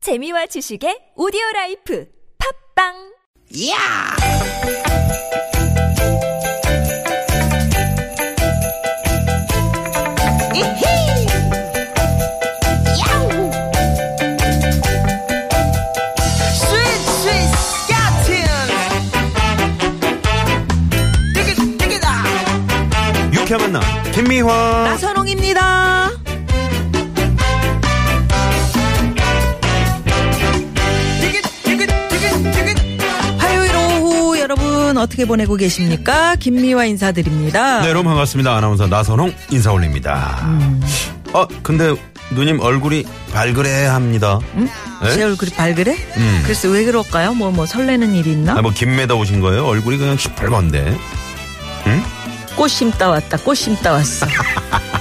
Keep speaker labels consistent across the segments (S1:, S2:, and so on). S1: 재미와 지식의 오디오 라이프 팝빵
S2: 야! 이히! 야우! 스윗 스윗 야틴! 되게 되게다!
S3: 유쾌한 만남 김미화
S2: 나선홍입니다. 되게 되게 되게 되게
S4: 화요일 오후 여러분 어떻게 보내고 계십니까? 김미화 인사드립니다.
S3: 네 여러분 반갑습니다 아나운서 나선홍 인사 올립니다 아 근데 누님 얼굴이 발그레 합니다
S4: 제
S3: 네?
S4: 얼굴이 발그레? 글쎄 왜 그럴까요? 뭐 뭐 설레는 일이 있나?
S3: 아뭐 김매다 오신 거예요 얼굴이 그냥 시뻘건데
S4: 꽃 심다 왔다. 꽃 심다 왔어.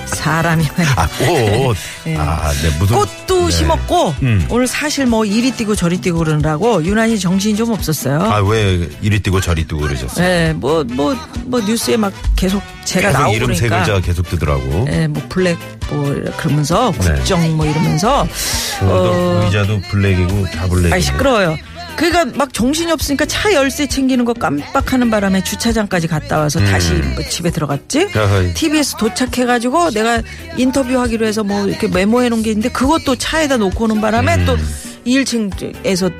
S4: 사람이 말이야.
S3: 아꽃아네
S4: 네.
S3: 무슨
S4: 꽃도
S3: 네.
S4: 심었고
S3: 음.
S4: 오늘 사실 뭐 이리 뛰고 저리 뛰고 그러느라고 유난히 정신이 좀 없었어요.
S3: 아왜 이리 뛰고 저리 뛰고 그러셨어요
S4: 네, 뭐 뭐 뭐 뉴스에 막 계속 제가
S3: 계속
S4: 나오고
S3: 이름 세
S4: 그러니까
S3: 글자가 계속 뜨더라고
S4: 예, 뭐 블랙 뭐 그러면서
S3: 네.
S4: 국정 뭐 이러면서
S3: 그래도 의자도 블랙이고 다 블랙이고
S4: 어. 아이 시끄러워요. 그니까 막 정신이 없으니까 차 열쇠 챙기는 거 깜빡하는 바람에 주차장까지 갔다 와서 다시
S3: 음.
S4: 뭐 집에 들어갔지.
S3: 야하이.
S4: TBS 도착해가지고 내가 인터뷰하기로 해서 뭐 이렇게 메모해 놓은 게 있는데 그것도 차에다 놓고 오는 바람에
S3: 음.
S4: 또 1층에서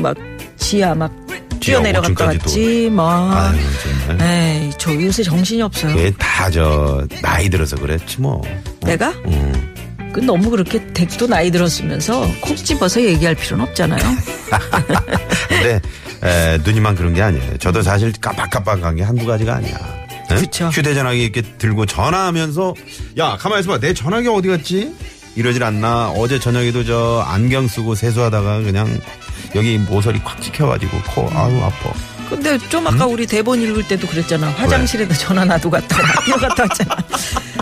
S4: 막 지하 막
S3: 지하
S4: 뛰어내려갔다
S3: 5층까지도.
S4: 왔지. 뭐.
S3: 아유 예. 정말
S4: 에이, 저 요새 정신이 없어요.
S3: 왜다저 나이 들어서 그랬지 뭐
S4: 내가?
S3: 음.
S4: 그 너무 그렇게 댁도 나이 들었으면서 콕 집어서 얘기할 필요는 없잖아요.
S3: 근데 에, 누님만 그런 게 아니에요. 저도 사실 깜빡깜빡한 게 한두 가지가 아니야. 응?
S4: 그쵸.
S3: 휴대전화기 이렇게 들고 전화하면서 야 가만 있어봐 내 전화기 어디 갔지? 이러질 않나 어제 저녁에도 저 안경 쓰고 세수하다가 그냥 여기 모서리 콱 찍혀가지고 코 아우 아파
S4: 근데 좀 아까 우리 대본 읽을 때도 그랬잖아. 화장실에다 전화 놔도 갔다 와. 뭐 뛰어갔다 왔잖아.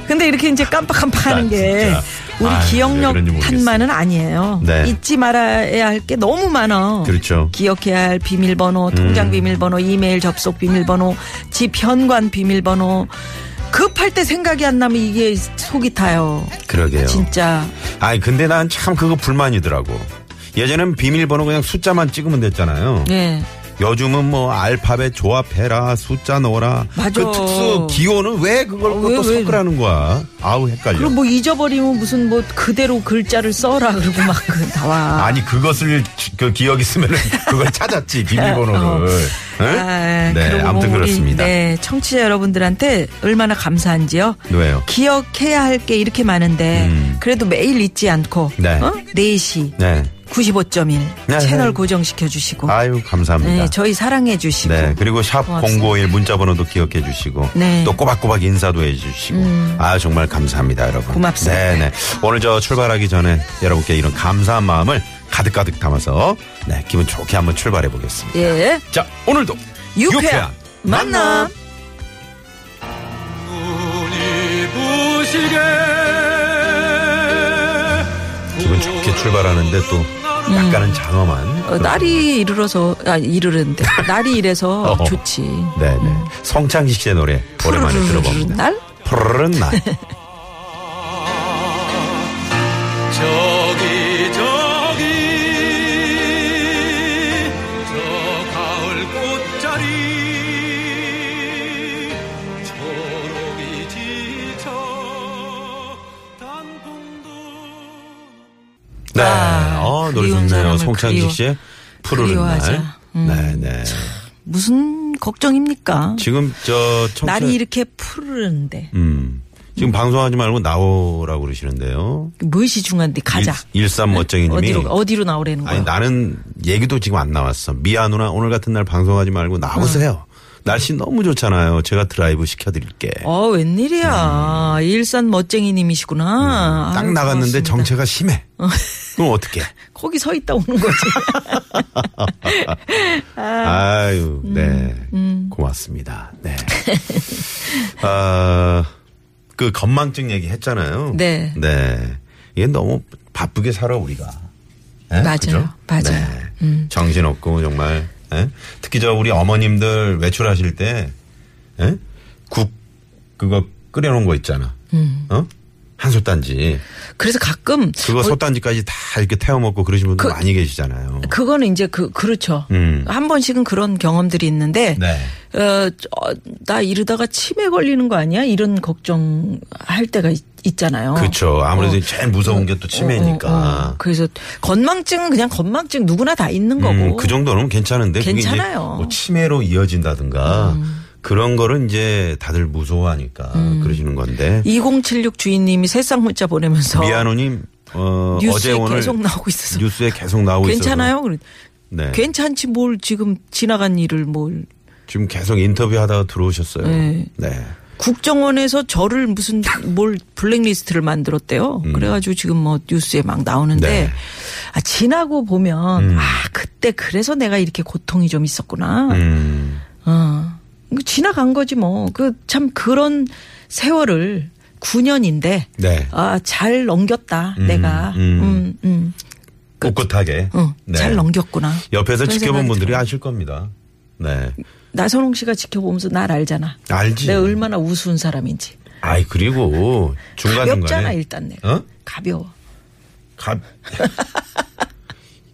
S4: 근데 이렇게 이제 깜빡깜빡 하는
S3: 나
S4: 게
S3: 아, 진짜.
S4: 우리
S3: 아유, 왜
S4: 기억력
S3: 그런지 모르겠어.
S4: 탄만은 아니에요.
S3: 네.
S4: 잊지 말아야 할 게 너무 많아.
S3: 그렇죠. 음.
S4: 기억해야 할 비밀번호, 통장 비밀번호, 이메일 접속 비밀번호, 집 현관 비밀번호. 급할 때 생각이 안 나면 이게 속이 타요.
S3: 그러게요.
S4: 아, 진짜.
S3: 아니 근데 난 참 그거 불만이더라고. 예전엔 비밀번호 그냥 숫자만 찍으면 됐잖아요.
S4: 예.
S3: 요즘은 뭐 알파벳 조합해라 숫자 넣어라
S4: 맞아.
S3: 그 특수 기호는 왜 그걸
S4: 왜,
S3: 또
S4: 왜?
S3: 섞으라는 거야 아우 헷갈려
S4: 그리고 뭐 잊어버리면 무슨 뭐 그대로 글자를 써라 그러고 막 그 나와.
S3: 아니 그것을 지- 그 기억 있으면 그걸 찾았지
S4: 어.
S3: 비밀번호를 응?
S4: 아,
S3: 네
S4: 그러고
S3: 아무튼
S4: 보면 우리,
S3: 그렇습니다
S4: 네, 청취자 여러분들한테 얼마나 감사한지요.
S3: 왜요
S4: 기억해야 할 게 이렇게 많은데
S3: 음.
S4: 그래도 매일 잊지 않고
S3: 네.
S4: 어? 4시
S3: 네
S4: 95.1
S3: 네.
S4: 채널 고정시켜 주시고
S3: 아유 감사합니다
S4: 네,
S3: 네,
S4: 저희 사랑해 주시고
S3: 그리고 샵
S4: 고맙습니다.
S3: 051 문자번호도 기억해 주시고
S4: 네. 음.
S3: 또 꼬박꼬박 인사도 해주시고 아 정말 감사합니다 여러분
S4: 고맙습니다.
S3: 네네 오늘 저 출발하기 전에 여러분께 이런 감사한 마음을 가득 가득 담아서 네 기분 좋게 한번 출발해 보겠습니다.
S4: 예.
S3: 자, 오늘도
S4: 유쾌한
S3: 유쾌한
S4: 만남.
S3: 기분 좋게 출발하는데 또 약간은 장엄한
S4: 음. 어, 날이 이르러서 아 이르는데 날이 이래서
S3: 어.
S4: 좋지.
S3: 네네 성창식 씨의 노래 오랜만에 들어봅니다.
S4: 음. 날?
S3: 푸르른 날 네.
S5: 저기 저기 저 가을 꽃자리 초록이 지쳐 단풍도
S3: 네,
S4: 아,
S3: 어 노래
S4: 그리운
S3: 좋네요
S4: 사람을
S3: 성창식
S4: 그리워-
S3: 씨의 푸르른 날
S4: 그리워하자. 음.
S3: 네네
S4: 무슨 걱정입니까?
S3: 지금 저 청취자
S4: 날이 이렇게 푸르는데
S3: 음. 지금 방송하지 말고 나오라고 그러시는데요.
S4: 무엇이 뭐 중요한데 가자. 네.
S3: 일, 일삼 멋쟁이님이
S4: 어디로 어디로 나오라는 거야?
S3: 아니 나는 얘기도 지금 안 나왔어. 미아 누나 오늘 같은 날 방송하지 말고 나오세요. 날씨 너무 좋잖아요. 제가 드라이브 시켜드릴게.
S4: 어, 웬일이야. 일산
S3: 네. 음,
S4: 멋쟁이님이시구나.
S3: 딱
S4: 아유,
S3: 나갔는데
S4: 고맙습니다. 어.
S3: 정체가 심해. 그럼 어떻게?
S4: 거기 서 있다 오는 거지.
S3: 아유, 네.
S4: 음,
S3: 고맙습니다. 네. 아, 그 건망증 얘기 했잖아요.
S4: 네.
S3: 네. 이게 너무 바쁘게 살아, 우리가. 예?
S4: 맞아요. 맞아요. 음.
S3: 정신없고, 정말. 예? 특히 저 우리 어머님들 외출하실 네. 때, 예? 국, 그거 끓여놓은 거 있잖아. 어? 한 솥단지.
S4: 그래서 가끔
S3: 그거
S4: 음. 어,
S3: 솥단지까지 다 이렇게 태워 먹고 그러시는 분들
S4: 그-
S3: 많이 계시잖아요.
S4: 그거는 이제 그 그렇죠.
S3: 음.
S4: 한 번씩은 그런 경험들이 있는데
S3: 네.
S4: 어, 저- 어, 나 이러다가 치매 걸리는 거 아니야? 이런 걱정 할 때가 있, 잖아요
S3: 그렇죠.
S4: 어.
S3: 아무래도 제일 무서운 게 또 치매니까. 음,
S4: 그래서 건망증은 그냥 건망증 누구나 다 있는 거고.
S3: 음, 그 정도는 괜찮은데 그게 이제
S4: 괜찮아요. 음.
S3: 뭐 치매로 이어진다든가 그런 거를 이제 다들 무서워하니까 그러시는 건데
S4: 2076 주인님이 새싹 문자 보내면서
S3: 미아노님 어, 어제
S4: 뉴스에
S3: 오늘
S4: 계속 나오고 있어서
S3: 뉴스에 계속 나오고
S4: 괜찮아요? 그래.
S3: 있어서 네.
S4: 괜찮지 뭘 지금 지나간 일을 뭘
S3: 지금 계속 인터뷰하다가 들어오셨어요.
S4: 네.
S3: 네.
S4: 국정원에서 저를 무슨 뭘 블랙리스트를 만들었대요. 그래가지고 지금 뭐 뉴스에 막 나오는데
S3: 음. 네.
S4: 아, 지나고 보면 아 그때 그래서 내가 이렇게 고통이 좀 있었구나.
S3: 음.
S4: 어. 그 지나간 거지 뭐. 그 참 그런 세월을 9년인데
S3: 네.
S4: 아 잘 넘겼다 내가.
S3: 음.
S4: 음, 음.
S3: 꿋꿋하게.
S4: 어,
S3: 네.
S4: 잘 넘겼구나.
S3: 옆에서
S4: 그런
S3: 지켜본
S4: 생각이
S3: 분들이
S4: 들어요.
S3: 아실 겁니다. 네.
S4: 나선홍 씨가 지켜보면서 날 알잖아.
S3: 알지.
S4: 내가 얼마나 우스운 사람인지.
S3: 아이 그리고 중간
S4: 가볍잖아
S3: 중간에
S4: 일단 내가.
S3: 어?
S4: 가벼워.
S3: 갑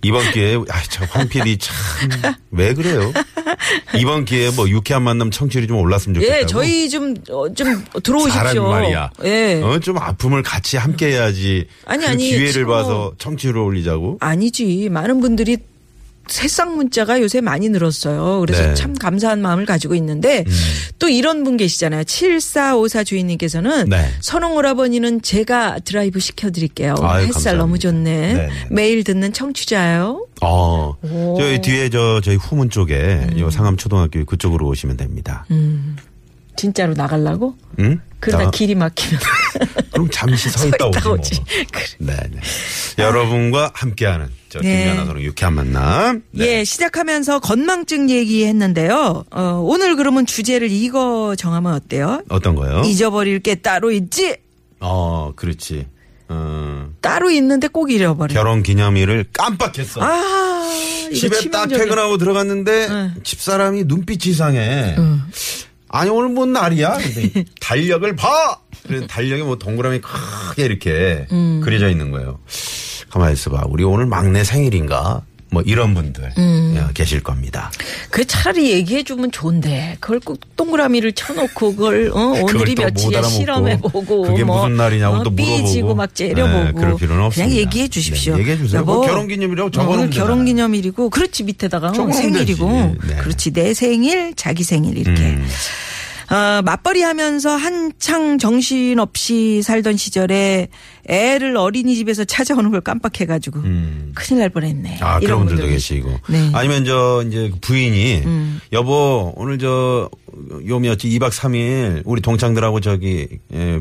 S3: 이번 기회에 아참황 PD 참 왜 그래요? 이번 기회에 뭐 유쾌한 만남 청취율이 좀 올랐으면 좋겠다고.
S4: 예, 저희 좀, 어, 좀 들어오십시오.
S3: 잘한 말이야.
S4: 예.
S3: 어, 좀 아픔을 같이 함께 해야지.
S4: 아니,
S3: 그
S4: 아니,
S3: 기회를
S4: 지금
S3: 봐서 청취율을 올리자고.
S4: 아니지. 많은 분들이 새싹 문자가 요새 많이 늘었어요. 그래서
S3: 네.
S4: 참 감사한 마음을 가지고 있는데 또 이런 분 계시잖아요. 7454 주인님께서는
S3: 네.
S4: 선홍 오라버니는 제가 드라이브 시켜드릴게요.
S3: 아유, 감사합니다.
S4: 햇살 너무 좋네.
S3: 네, 네.
S4: 매일 듣는 청취자예요.
S3: 어. 저희 뒤에 저 저희 후문 쪽에
S4: 음.
S3: 요 상암 초등학교 그쪽으로 오시면 됩니다. 음.
S4: 진짜로 나가려고? 그러다
S3: 나-
S4: 길이 막히면
S3: 그럼 잠시 서 있다 오지. 뭐.
S4: 오지. 그래.
S3: 네, 네. 여러분과 함께하는 저
S4: 네.
S3: 김연아 선우 유쾌한 만남. 네.
S4: 예, 시작하면서 건망증 얘기했는데요. 어, 오늘 그러면 주제를 이거 정하면 어때요?
S3: 어떤 거요?
S4: 잊어버릴 게 따로 있지?
S3: 어, 그렇지. 어,
S4: 따로 있는데 꼭 잃어버려.
S3: 결혼 기념일을 깜빡했어.
S4: 아, 이거 네.
S3: 집에 딱
S4: 치명적이야.
S3: 퇴근하고 들어갔는데 집사람이 눈빛이 이상해.
S4: 어.
S3: 아니 오늘 뭔 날이야? 근데 달력을 봐. 그래 달력에 뭐 동그라미 크게 이렇게
S4: 음.
S3: 그려져 있는 거예요. 가만히 있어봐. 우리 오늘 막내 생일인가? 뭐 이런 분들
S4: 음.
S3: 예, 계실 겁니다.
S4: 그 차라리 얘기해주면 좋은데 그걸 꼭 동그라미를 쳐놓고 그걸 어, 오늘이
S3: 또못
S4: 며칠이야
S3: 알아먹고
S4: 실험해보고
S3: 그게
S4: 뭐,
S3: 무슨 날이냐고
S4: 어,
S3: 또 물어보고.
S4: 삐지고 막 째려보고
S3: 네, 그럴 필요는
S4: 그냥
S3: 없습니다.
S4: 얘기해 주십시오.
S3: 네, 얘기해 주세요. 뭐 결혼기념일이라고 적어놓으면
S4: 오늘 결혼기념일이고 그렇지 밑에다가
S3: 적어놓으면
S4: 생일이고
S3: 되지. 네. 음.
S4: 그렇지 내 생일 자기 생일 이렇게 어, 맞벌이 하면서 한창 정신없이 살던 시절에 애를 어린이집에서 찾아오는 걸 깜빡해가지고 큰일 날 뻔했네.
S3: 음. 아, 그런 분들도
S4: 분들
S3: 계시고.
S4: 네. 음.
S3: 아니면 저 이제 그 부인이 여보 오늘 저 요미였지 2박 3일 우리 동창들하고 저기 예,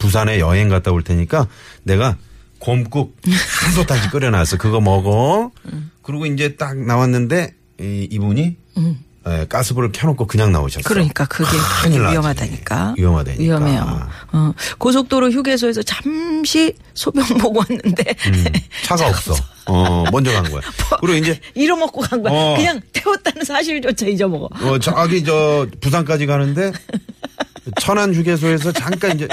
S3: 부산에 여행 갔다 올 테니까 내가 곰국 한 솥까지 끓여놨어. 그거 먹어.
S4: 음.
S3: 그리고 이제 딱 나왔는데 이, 이분이 예, 가스불을 켜놓고 그냥 나오셨어.
S4: 음. 그러니까 그게
S3: 큰일 나지.
S4: 위험하다니까.
S3: 위험하다니까.
S4: 위험해요. 어, 고속도로 휴게소에서 잠시 소변 보고 왔는데
S3: 음, 차가 없어. 어, 먼저 간 거야.
S4: 뭐.
S3: 그리고 이제
S4: 잃어먹고 간 거야.
S3: 어.
S4: 그냥 태웠다는 사실조차 잊어먹어.
S3: 어, 저기 저 부산까지 가는데 천안 휴게소에서 잠깐 이제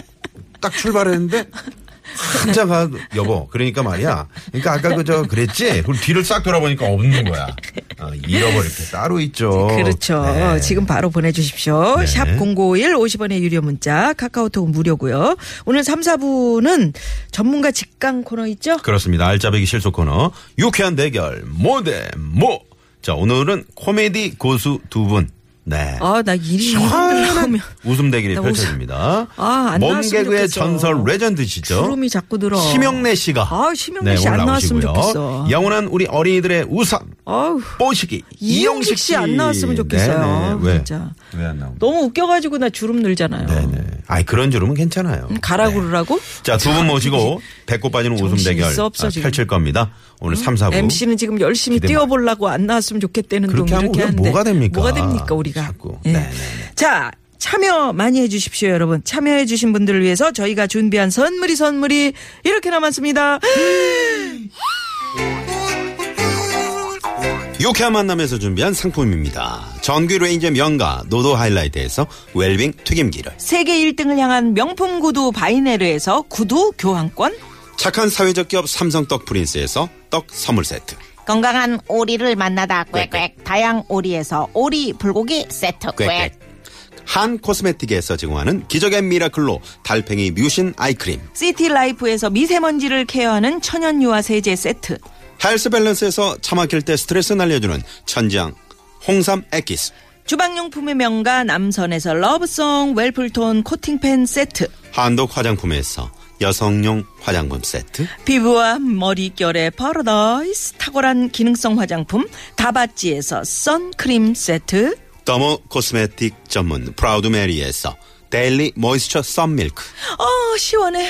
S3: 딱 출발했는데 한자 가 여보 그러니까 말이야 그러니까 아까 그저 그랬지 그리고 뒤를 싹 돌아보니까 없는 거야 어, 잃어버릴 게 따로 있죠
S4: 그렇죠.
S3: 네.
S4: 지금 바로 보내주십시오. 샵 0951, 50원의 유료 문자, 카카오톡 무료고요. 오늘 3, 4부는 전문가 직강 코너 있죠?
S3: 그렇습니다 알짜배기 실속 코너 유쾌한 대결 모대모자 오늘은 코미디 고수 두분네
S4: 아, 나 일이
S3: 시원한
S4: 힘들면
S3: 웃음 대결이
S4: 나 웃음-
S3: 펼쳐집니다.
S4: 아, 안
S3: 몸
S4: 나왔으면
S3: 개그의
S4: 좋겠어.
S3: 전설 레전드시죠.
S4: 주름이 자꾸 들어.
S3: 심영래 씨가. 네,
S4: 아, 심영래 씨
S3: 오늘
S4: 안 나왔으면
S3: 나오시고요.
S4: 좋겠어.
S3: 영원한 우리 어린이들의 우상.
S4: 아우.
S3: 뽀시기.
S4: 이용식 씨 안 나왔으면
S3: 네네.
S4: 좋겠어요.
S3: 왜?
S4: 진짜.
S3: 왜 안 나옵니까?
S4: 너무 웃겨가지고 나 주름 늘잖아요.
S3: 네네. 아이, 그런 주름은 괜찮아요.
S4: 음, 가라
S3: 네.
S4: 그러라고?
S3: 자, 두 분 모시고 배꼽 빠지는 웃음
S4: 정신
S3: 대결
S4: 있어 없어,
S3: 아,
S4: 지금.
S3: 펼칠 겁니다. 오늘 삼 3, 4부.
S4: MC는 지금 열심히
S3: 기대만.
S4: 뛰어보려고 안 나왔으면 좋겠다는 동
S3: 그렇게 하면
S4: 이렇게
S3: 우리가
S4: 하는데
S3: 뭐가 됩니까?
S4: 뭐가 됩니까 우리가?
S3: 자꾸.
S4: 예.
S3: 네네네.
S4: 자 참여 많이 해주십시오 여러분. 참여해주신 분들을 위해서 저희가 준비한 선물이 선물이 이렇게 남았습니다.
S3: 유쾌한 만남에서 준비한 상품입니다. 전기 레인저 명가 노도 하이라이트에서 웰빙 튀김기를
S4: 세계 1등을 향한 명품 구두 바이네르에서 구두 교환권
S3: 착한 사회적 기업 삼성 떡 프린스에서 떡 선물 세트
S6: 건강한 오리를 만나다 꽥꽥 다양 오리에서 오리 불고기 세트
S3: 꽥꽥
S6: 꽥
S3: 한 코스메틱에서 제공하는 기적의 미라클로 달팽이 뮤신 아이크림
S4: 시티라이프에서 미세먼지를 케어하는 천연 유화 세제 세트
S3: 헬스 밸런스에서 차 막힐 때 스트레스 날려주는 천장 홍삼 액기스
S4: 주방용품의 명가 남선에서 러브송 웰플톤 코팅팬 세트
S3: 한독 화장품에서 여성용 화장품 세트
S4: 피부와 머릿결의 파라다이스 탁월한 기능성 화장품 다바찌에서 선크림 세트
S3: 더모 코스메틱 전문 프라우드 메리에서 데일리 모이스처 썬밀크
S4: 어 시원해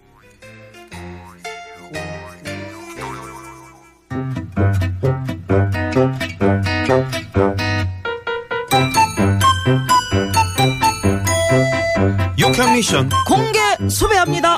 S3: 유쾌한 미션
S4: 공개 수배합니다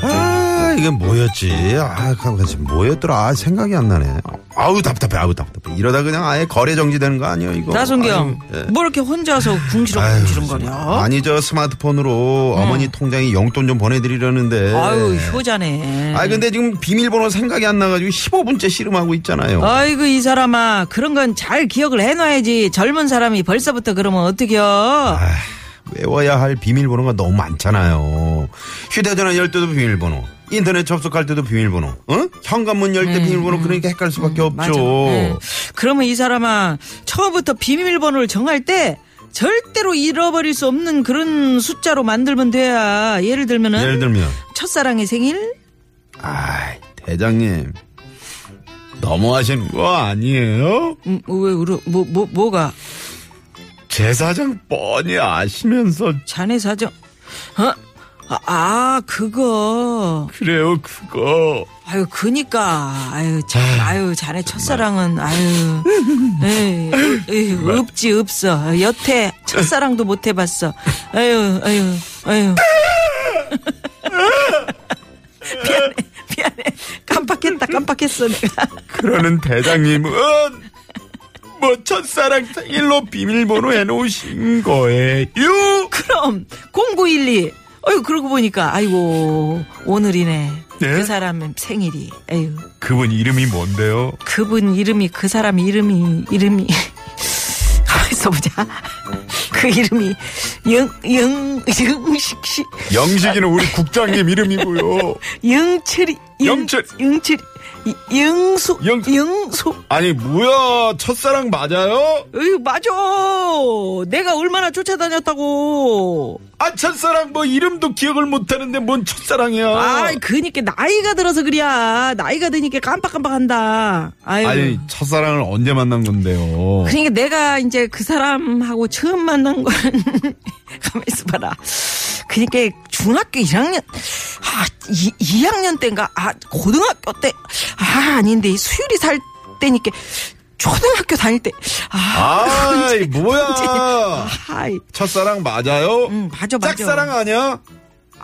S3: 아 이게 뭐였지 아 가만히 뭐였더라 아, 생각이 안 나네 아우 답답해 아우 답답해 이러다 그냥 아예 거래 정지되는 거 아니에요 이거
S4: 나성경
S3: 아유, 예.
S4: 뭐 이렇게 혼자서
S3: 아유,
S4: 궁시렁궁시렁거려
S3: 정말. 아니 저 스마트폰으로 어머니 통장에 용돈 좀 보내드리려는데
S4: 음. 아유 음. 효자네
S3: 아니, 근데 지금 비밀번호 생각이 안 나가지고 15분째 씨름하고 있잖아요
S4: 아이고 이 사람아 그런 건 잘 기억을 해놔야지 젊은 사람이 벌써부터 그러면 어떡해요
S3: 아, 외워야 할 비밀번호가 너무 많잖아요. 휴대전화 열 때도 비밀번호, 인터넷 접속할 때도 비밀번호, 응? 현관문 열 때 비밀번호 그러니까 헷갈릴 수밖에
S4: 음, 맞아.
S3: 없죠.
S4: 예. 그러면 이 사람아 처음부터 비밀번호를 정할 때 절대로 잃어버릴 수 없는 그런 숫자로 만들면 돼야 예를 들면은
S3: 예를 들면,
S4: 첫사랑의 생일
S3: 아 대장님 너무하시는 거 아니에요?
S4: 음, 왜 울어 뭐, 뭐 뭐가
S3: 제 사장 뻔히 아시면서
S4: 자네 사정 어? 아, 아 그거
S3: 그래요 그거.
S4: 아유 그니까 아유 참 아유 자네 첫사랑은 아유 에이, 에이, 없지 없어 여태 첫사랑도 못 해봤어 아유 아유 아유 미안해 미안해 깜빡했다 깜빡했어 내가
S3: 그러는 대장님은 뭐 첫사랑 생일로 비밀번호 해놓으신 거예요?
S4: 그럼 0912 아유 그러고 보니까 아이고 오늘이네
S3: 네?
S4: 그 사람 생일이 아유
S3: 그분 이름이 뭔데요?
S4: 그분 이름이 그 사람 이름이 이름이 가만 있어보자 그 이름이 영영 영식씨
S3: 영식이는 우리 국장님 이름이고요.
S4: 영철이 영-
S3: 영철.
S4: 영철이 이- 영수
S3: 영-
S4: 영수
S3: 아니 뭐야 첫사랑 맞아요?
S4: 으 맞아 내가 얼마나 쫓아다녔다고
S3: 아 첫사랑 뭐 이름도 기억을 못하는데 뭔 첫사랑이야?
S4: 아 그니까 나이가 들어서 그래야 나이가 드니까 깜빡깜빡한다 아유
S3: 아니 첫사랑을 언제 만난 건데요?
S4: 그러니까 내가 이제 그 사람하고 처음 만난 건 가만 있어봐라. 그러니까 중학교 1학년, 아 2, 학년 때인가, 아 고등학교 때, 아 아닌데 수유리 살 때니까 초등학교 다닐 때, 아,
S3: 아이 뭐야?
S4: 아이,
S3: 첫사랑 맞아요?
S4: 응, 맞아, 맞아.
S3: 짝사랑 아니야?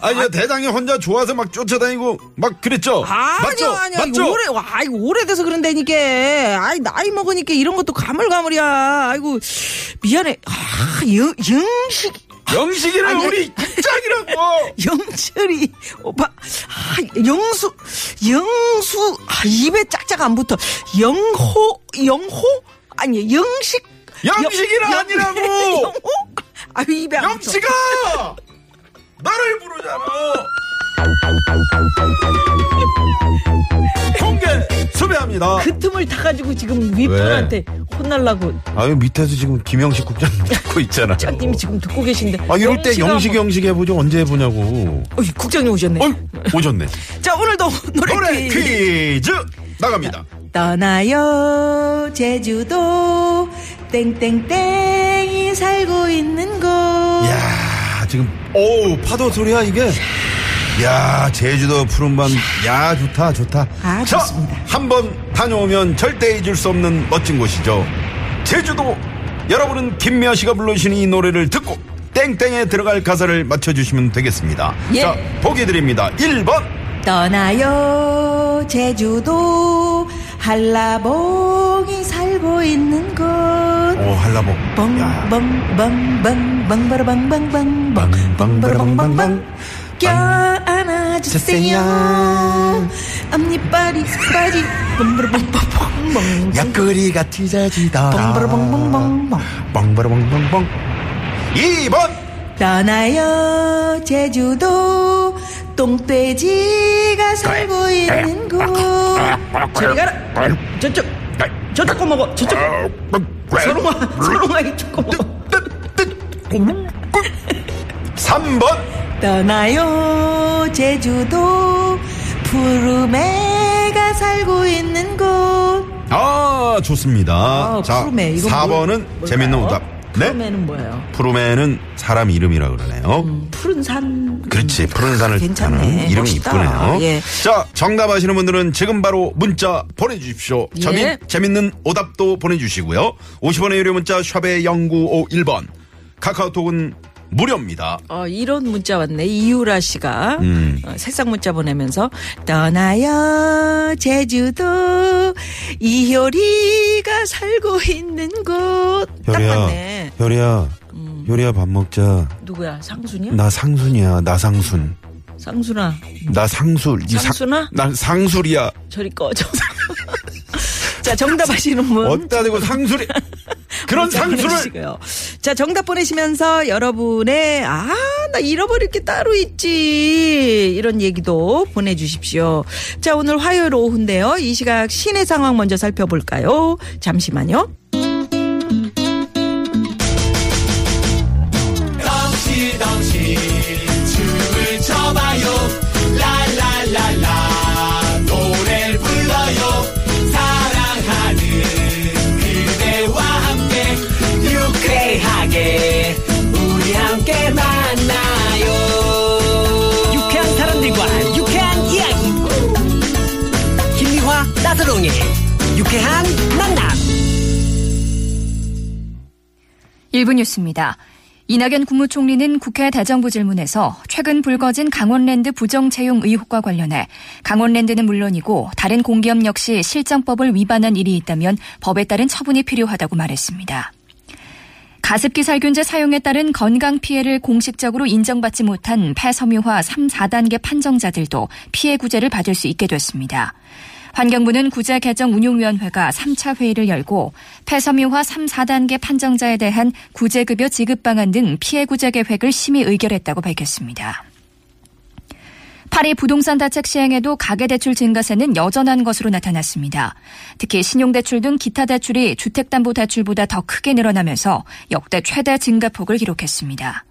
S3: 아니 대장이 혼자 좋아서 막 쫓아다니고 막 그랬죠?
S4: 아니요,
S3: 맞죠?
S4: 아니요,
S3: 맞죠?
S4: 이거 오래, 와, 이거 오래돼서 그런다니까. 아이 나이 먹으니까 이런 것도 가물가물이야. 아이고 미안해. 아 영, 영식.
S3: 영식이는
S4: 아니.
S3: 우리 국장이라고.
S4: 영철이 오빠 아, 영수 영수 아, 입에 짝짝 안 붙어 영호 영호 아니 영식
S3: 영식이라 아니라고!
S4: 영호 아유 입에 안 붙어
S3: 영치가 나를 부르잖아. 공개 수배합니다.
S4: 그 틈을 타가지고 지금 윗분한테 혼날라고
S3: 아유 밑에서 지금 김영식 국장 듣고 있잖아.
S4: 장님이 지금 듣고 계신데
S3: 아 이럴 때
S4: 영식아
S3: 영식 영식 해보죠 언제 해보냐고.
S4: 한번- 어이, 국장님 오셨네
S3: 어 오셨네.
S4: 자 오늘도 노래,
S3: 노래
S4: 퀴즈
S3: 퀴즈 나갑니다.
S4: 떠나요 제주도 땡땡땡이 살고 있는 곳
S3: 야 지금 어우 파도 소리야 이게 야 제주도 푸른밤 야 좋다 좋다
S4: 아,
S3: 자,
S4: 좋습니다.
S3: 한번 다녀오면 절대 잊을 수 없는 멋진 곳이죠 제주도 여러분은 김미아 씨가 불러주시는 이 노래를 듣고 땡땡에 들어갈 가사를 맞춰주시면 되겠습니다
S4: 예.
S3: 자 보기 드립니다 1번
S4: 떠나요 제주도 한라봉이 살고 있는 곳
S3: 오 한라봉 야.
S4: 뻥뻥뻥뻥뻥뻥뻥뻥뻥뻥뻥뻥뻥뻥뻥뻥 껴안아주세요 앞니빨이 빨이 뻥뻥뻥뻥뻥
S3: 약거리가 찢어지더라
S4: 뻥바라벙벙벙벙.
S3: 뻥바라벙벙벙 2번
S4: 떠나요 제주도 똥돼지가 살고 있는 곳 저리 가라 저쪽 저쪽 거 먹어 저쪽 서로마 서로마 이쪽 거 먹어
S3: 3번
S4: 떠나요 제주도 푸르메가 살고 있는 곳
S3: 아 좋습니다
S4: 아,
S3: 자
S4: 푸르메 이거
S3: 4번은
S4: 뭘,
S3: 재밌는
S4: 뭘까요?
S3: 오답 네?
S4: 푸르메는 뭐예요?
S3: 푸르메는 사람 이름이라 그러네요
S4: 푸른 산
S3: 그렇지 푸른 산을
S4: 음. 아, 괜찮네.
S3: 뜻하는 이름이
S4: 멋있다.
S3: 이쁘네요
S4: 예.
S3: 자 정답 아시는 분들은 지금 바로 문자 보내주십시오
S4: 예.
S3: 재미, 재밌는 오답도 보내주시고요 50원의 유료 문자 샵의 0951번 카카오톡은 무료입니다
S4: 어, 이런 문자 왔네. 이유라 씨가
S3: 음.
S4: 어, 새싹 문자 보내면서 떠나요 제주도 이효리가 살고 있는 곳. 딱 맞네. 음.
S3: 효리야 효리야 밥 먹자
S4: 누구야? 상순이야?
S3: 나 상순이야 나 상순
S4: 상순아.
S3: 나 상술 이 상-
S4: 상순아?
S3: 나 상술이야
S4: 저리 꺼져. 자, 정답 아시는 분.
S3: 어따 대고 상술이 그런
S4: 문자
S3: 상술을
S4: 보내주시고요. 자, 정답 보내시면서 여러분의 아, 나 잃어버릴 게 따로 있지. 이런 얘기도 보내주십시오. 자, 오늘 화요일 오후인데요. 이 시각 시내 상황 먼저 살펴볼까요? 잠시만요.
S7: 유쾌한 사람들과 유쾌한 이야기 김미화 나서롱의 유쾌한 만남
S8: 1부 뉴스입니다. 이낙연 국무총리는 국회 다정부 질문에서 최근 불거진 강원랜드 부정 채용 의혹과 관련해 강원랜드는 물론이고 다른 공기업 역시 실정법을 위반한 일이 있다면 법에 따른 처분이 필요하다고 말했습니다. 가습기 살균제 사용에 따른 건강 피해를 공식적으로 인정받지 못한 폐섬유화 3, 4단계 판정자들도 피해 구제를 받을 수 있게 됐습니다. 환경부는 구제 개정 운용위원회가 3차 회의를 열고 폐섬유화 3, 4단계 판정자에 대한 구제급여 지급 방안 등 피해 구제 계획을 심의 의결했다고 밝혔습니다. 파리 부동산 대책 시행에도 가계대출 증가세는 여전한 것으로 나타났습니다. 특히 신용대출 등 기타 대출이 주택담보대출보다 더 크게 늘어나면서 역대 최대 증가폭을 기록했습니다.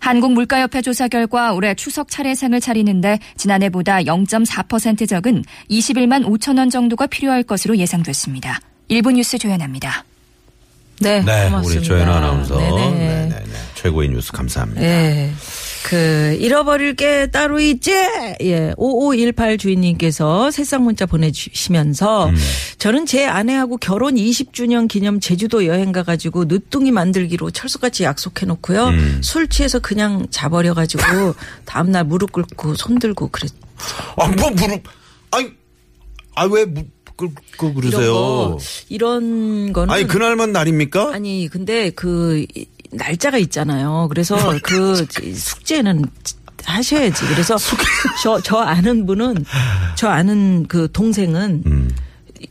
S8: 한국물가협회 조사 결과 올해 추석 차례상을 차리는데 지난해보다 0.4% 적은 21만 5천 원 정도가 필요할 것으로 예상됐습니다. 일부 뉴스 조연합니다.
S4: 네.
S3: 네, 최고의 뉴스 감사합니다
S4: 예. 그, 잃어버릴 게 따로 있지? 예. 5518 주인님께서 새싹 문자 보내주시면서
S3: 음.
S4: 저는 제 아내하고 결혼 20주년 기념 제주도 여행 가가지고 늦둥이 만들기로 철수같이 약속해놓고요.
S3: 음.
S4: 술 취해서 그냥 자버려가지고 다음날 무릎 꿇고 손 들고 그랬
S3: 아뭐 무릎 아니 아왜그
S4: 이런
S3: 그러세요
S4: 거, 이런 거는
S3: 아니 그날만 날입니까
S4: 아니 근데 그 이- 날짜가 있잖아요. 그래서 그 지- 숙제는 하셔야지. 그래서 저, 저 아는 분은 저 아는 그 동생은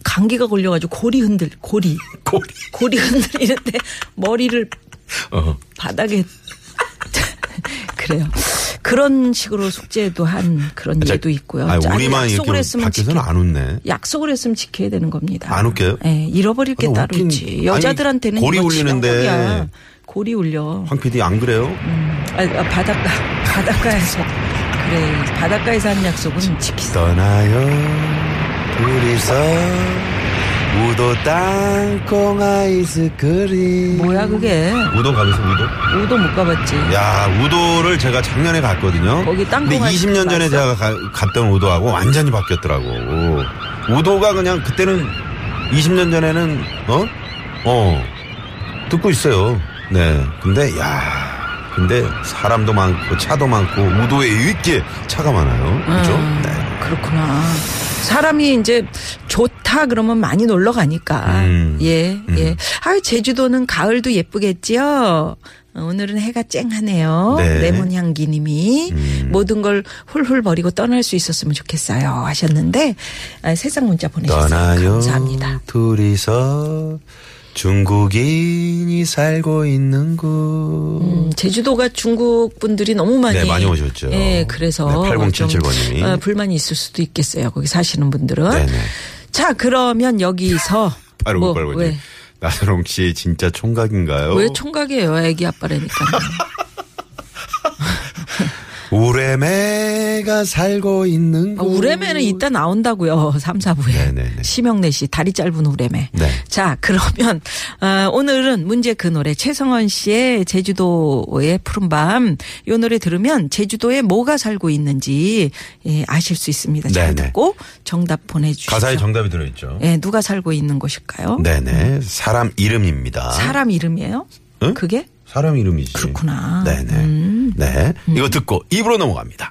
S4: 감기가 걸려가지고 고리 흔들 고리
S3: 고리.
S4: 고리 흔들리는데 머리를
S3: 어.
S4: 바닥에 그래요. 그런 식으로 숙제도 한 그런
S3: 자,
S4: 예도 있고요.
S3: 아니,
S4: 아니,
S3: 우리만 이렇게 밖에서는
S4: 지켜-
S3: 안 웃네
S4: 약속을 했으면 지켜야 되는 겁니다.
S3: 안 웃겨요?
S4: 예, 잃어버릴 게
S3: 아니,
S4: 따로
S3: 웃긴-
S4: 있지. 여자들한테는
S3: 아니, 고리
S4: 이거
S3: 울리는데.
S4: 지명곡이야. 고리 울려.
S3: 황 PD 안 그래요
S4: 아, 아, 바닷가 바닷가에서 그래 바닷가에서 한 약속은 지키세요.
S3: 떠나요 둘이서 우도 땅콩 아이스크림.
S4: 뭐야 그게?
S3: 우도 가면서 우도?
S4: 우도 못 가봤지.
S3: 야, 우도를 제가 작년에 갔거든요.
S4: 거기 땅콩
S3: 근데
S4: 아이스크림
S3: 20년 전에
S4: 맛있어?
S3: 제가 가- 갔던 우도하고 완전히 바뀌었더라고. 우도가 그냥 그때는 20년 전에는 어? 어. 듣고 있어요. 네. 근데 야. 근데 사람도 많고 차도 많고 우도에 있게 차가 많아요. 그죠?
S4: 음,
S3: 네.
S4: 그렇구나. 사람이 이제 좋다 그러면 많이 놀러 가니까.
S3: 음.
S4: 예, 예. 아, 제주도는 가을도 예쁘겠지요. 어, 오늘은 해가 쨍하네요.
S3: 네. 음.
S4: 레몬향기님이 모든 걸 훌훌 버리고 떠날 수 있었으면 좋겠어요 하셨는데 아, 세상 문자 보내셨어요.
S3: 떠나요.
S4: 감사합니다.
S3: 둘이서 중국인이 살고 있는 곳.
S4: 음, 제주도가 중국 분들이 너무 많이
S3: 네, 많이 오셨죠.
S4: 예, 그래서
S3: 네, 8077
S4: 좀,
S3: 번님이.
S4: 어, 불만이 있을 수도 있겠어요. 거기 사시는 분들은.
S3: 네네.
S4: 자, 그러면 여기서
S3: 바로
S4: 뭐,
S3: 바로
S4: 왜,
S3: 나선홍 씨 진짜 총각인가요?
S4: 왜 총각이에요? 애기 아빠라니까.
S3: 우레메가 살고 있는
S4: 아,
S3: 곳.
S4: 우레메는 이따 나온다고요. 3, 4부에.
S3: 음. 네네네.
S4: 심영래 씨 다리 짧은 우레메.
S3: 네.
S4: 자, 그러면 어, 오늘은 문제 그 노래 최성원 씨의 제주도의 푸른밤 요 노래 들으면 제주도에 뭐가 살고 있는지 예, 아실 수 있습니다. 잘
S3: 네네.
S4: 듣고 정답 보내 주시죠.
S3: 가사에 정답이 들어있죠.
S4: 예, 누가 살고 있는 곳일까요?
S3: 네네. 사람 이름입니다.
S4: 사람 이름이에요?
S3: 응?
S4: 그게?
S3: 사람 이름이지.
S4: 그렇구나. 음.
S3: 네네. 네. 이거 듣고 입으로 넘어갑니다.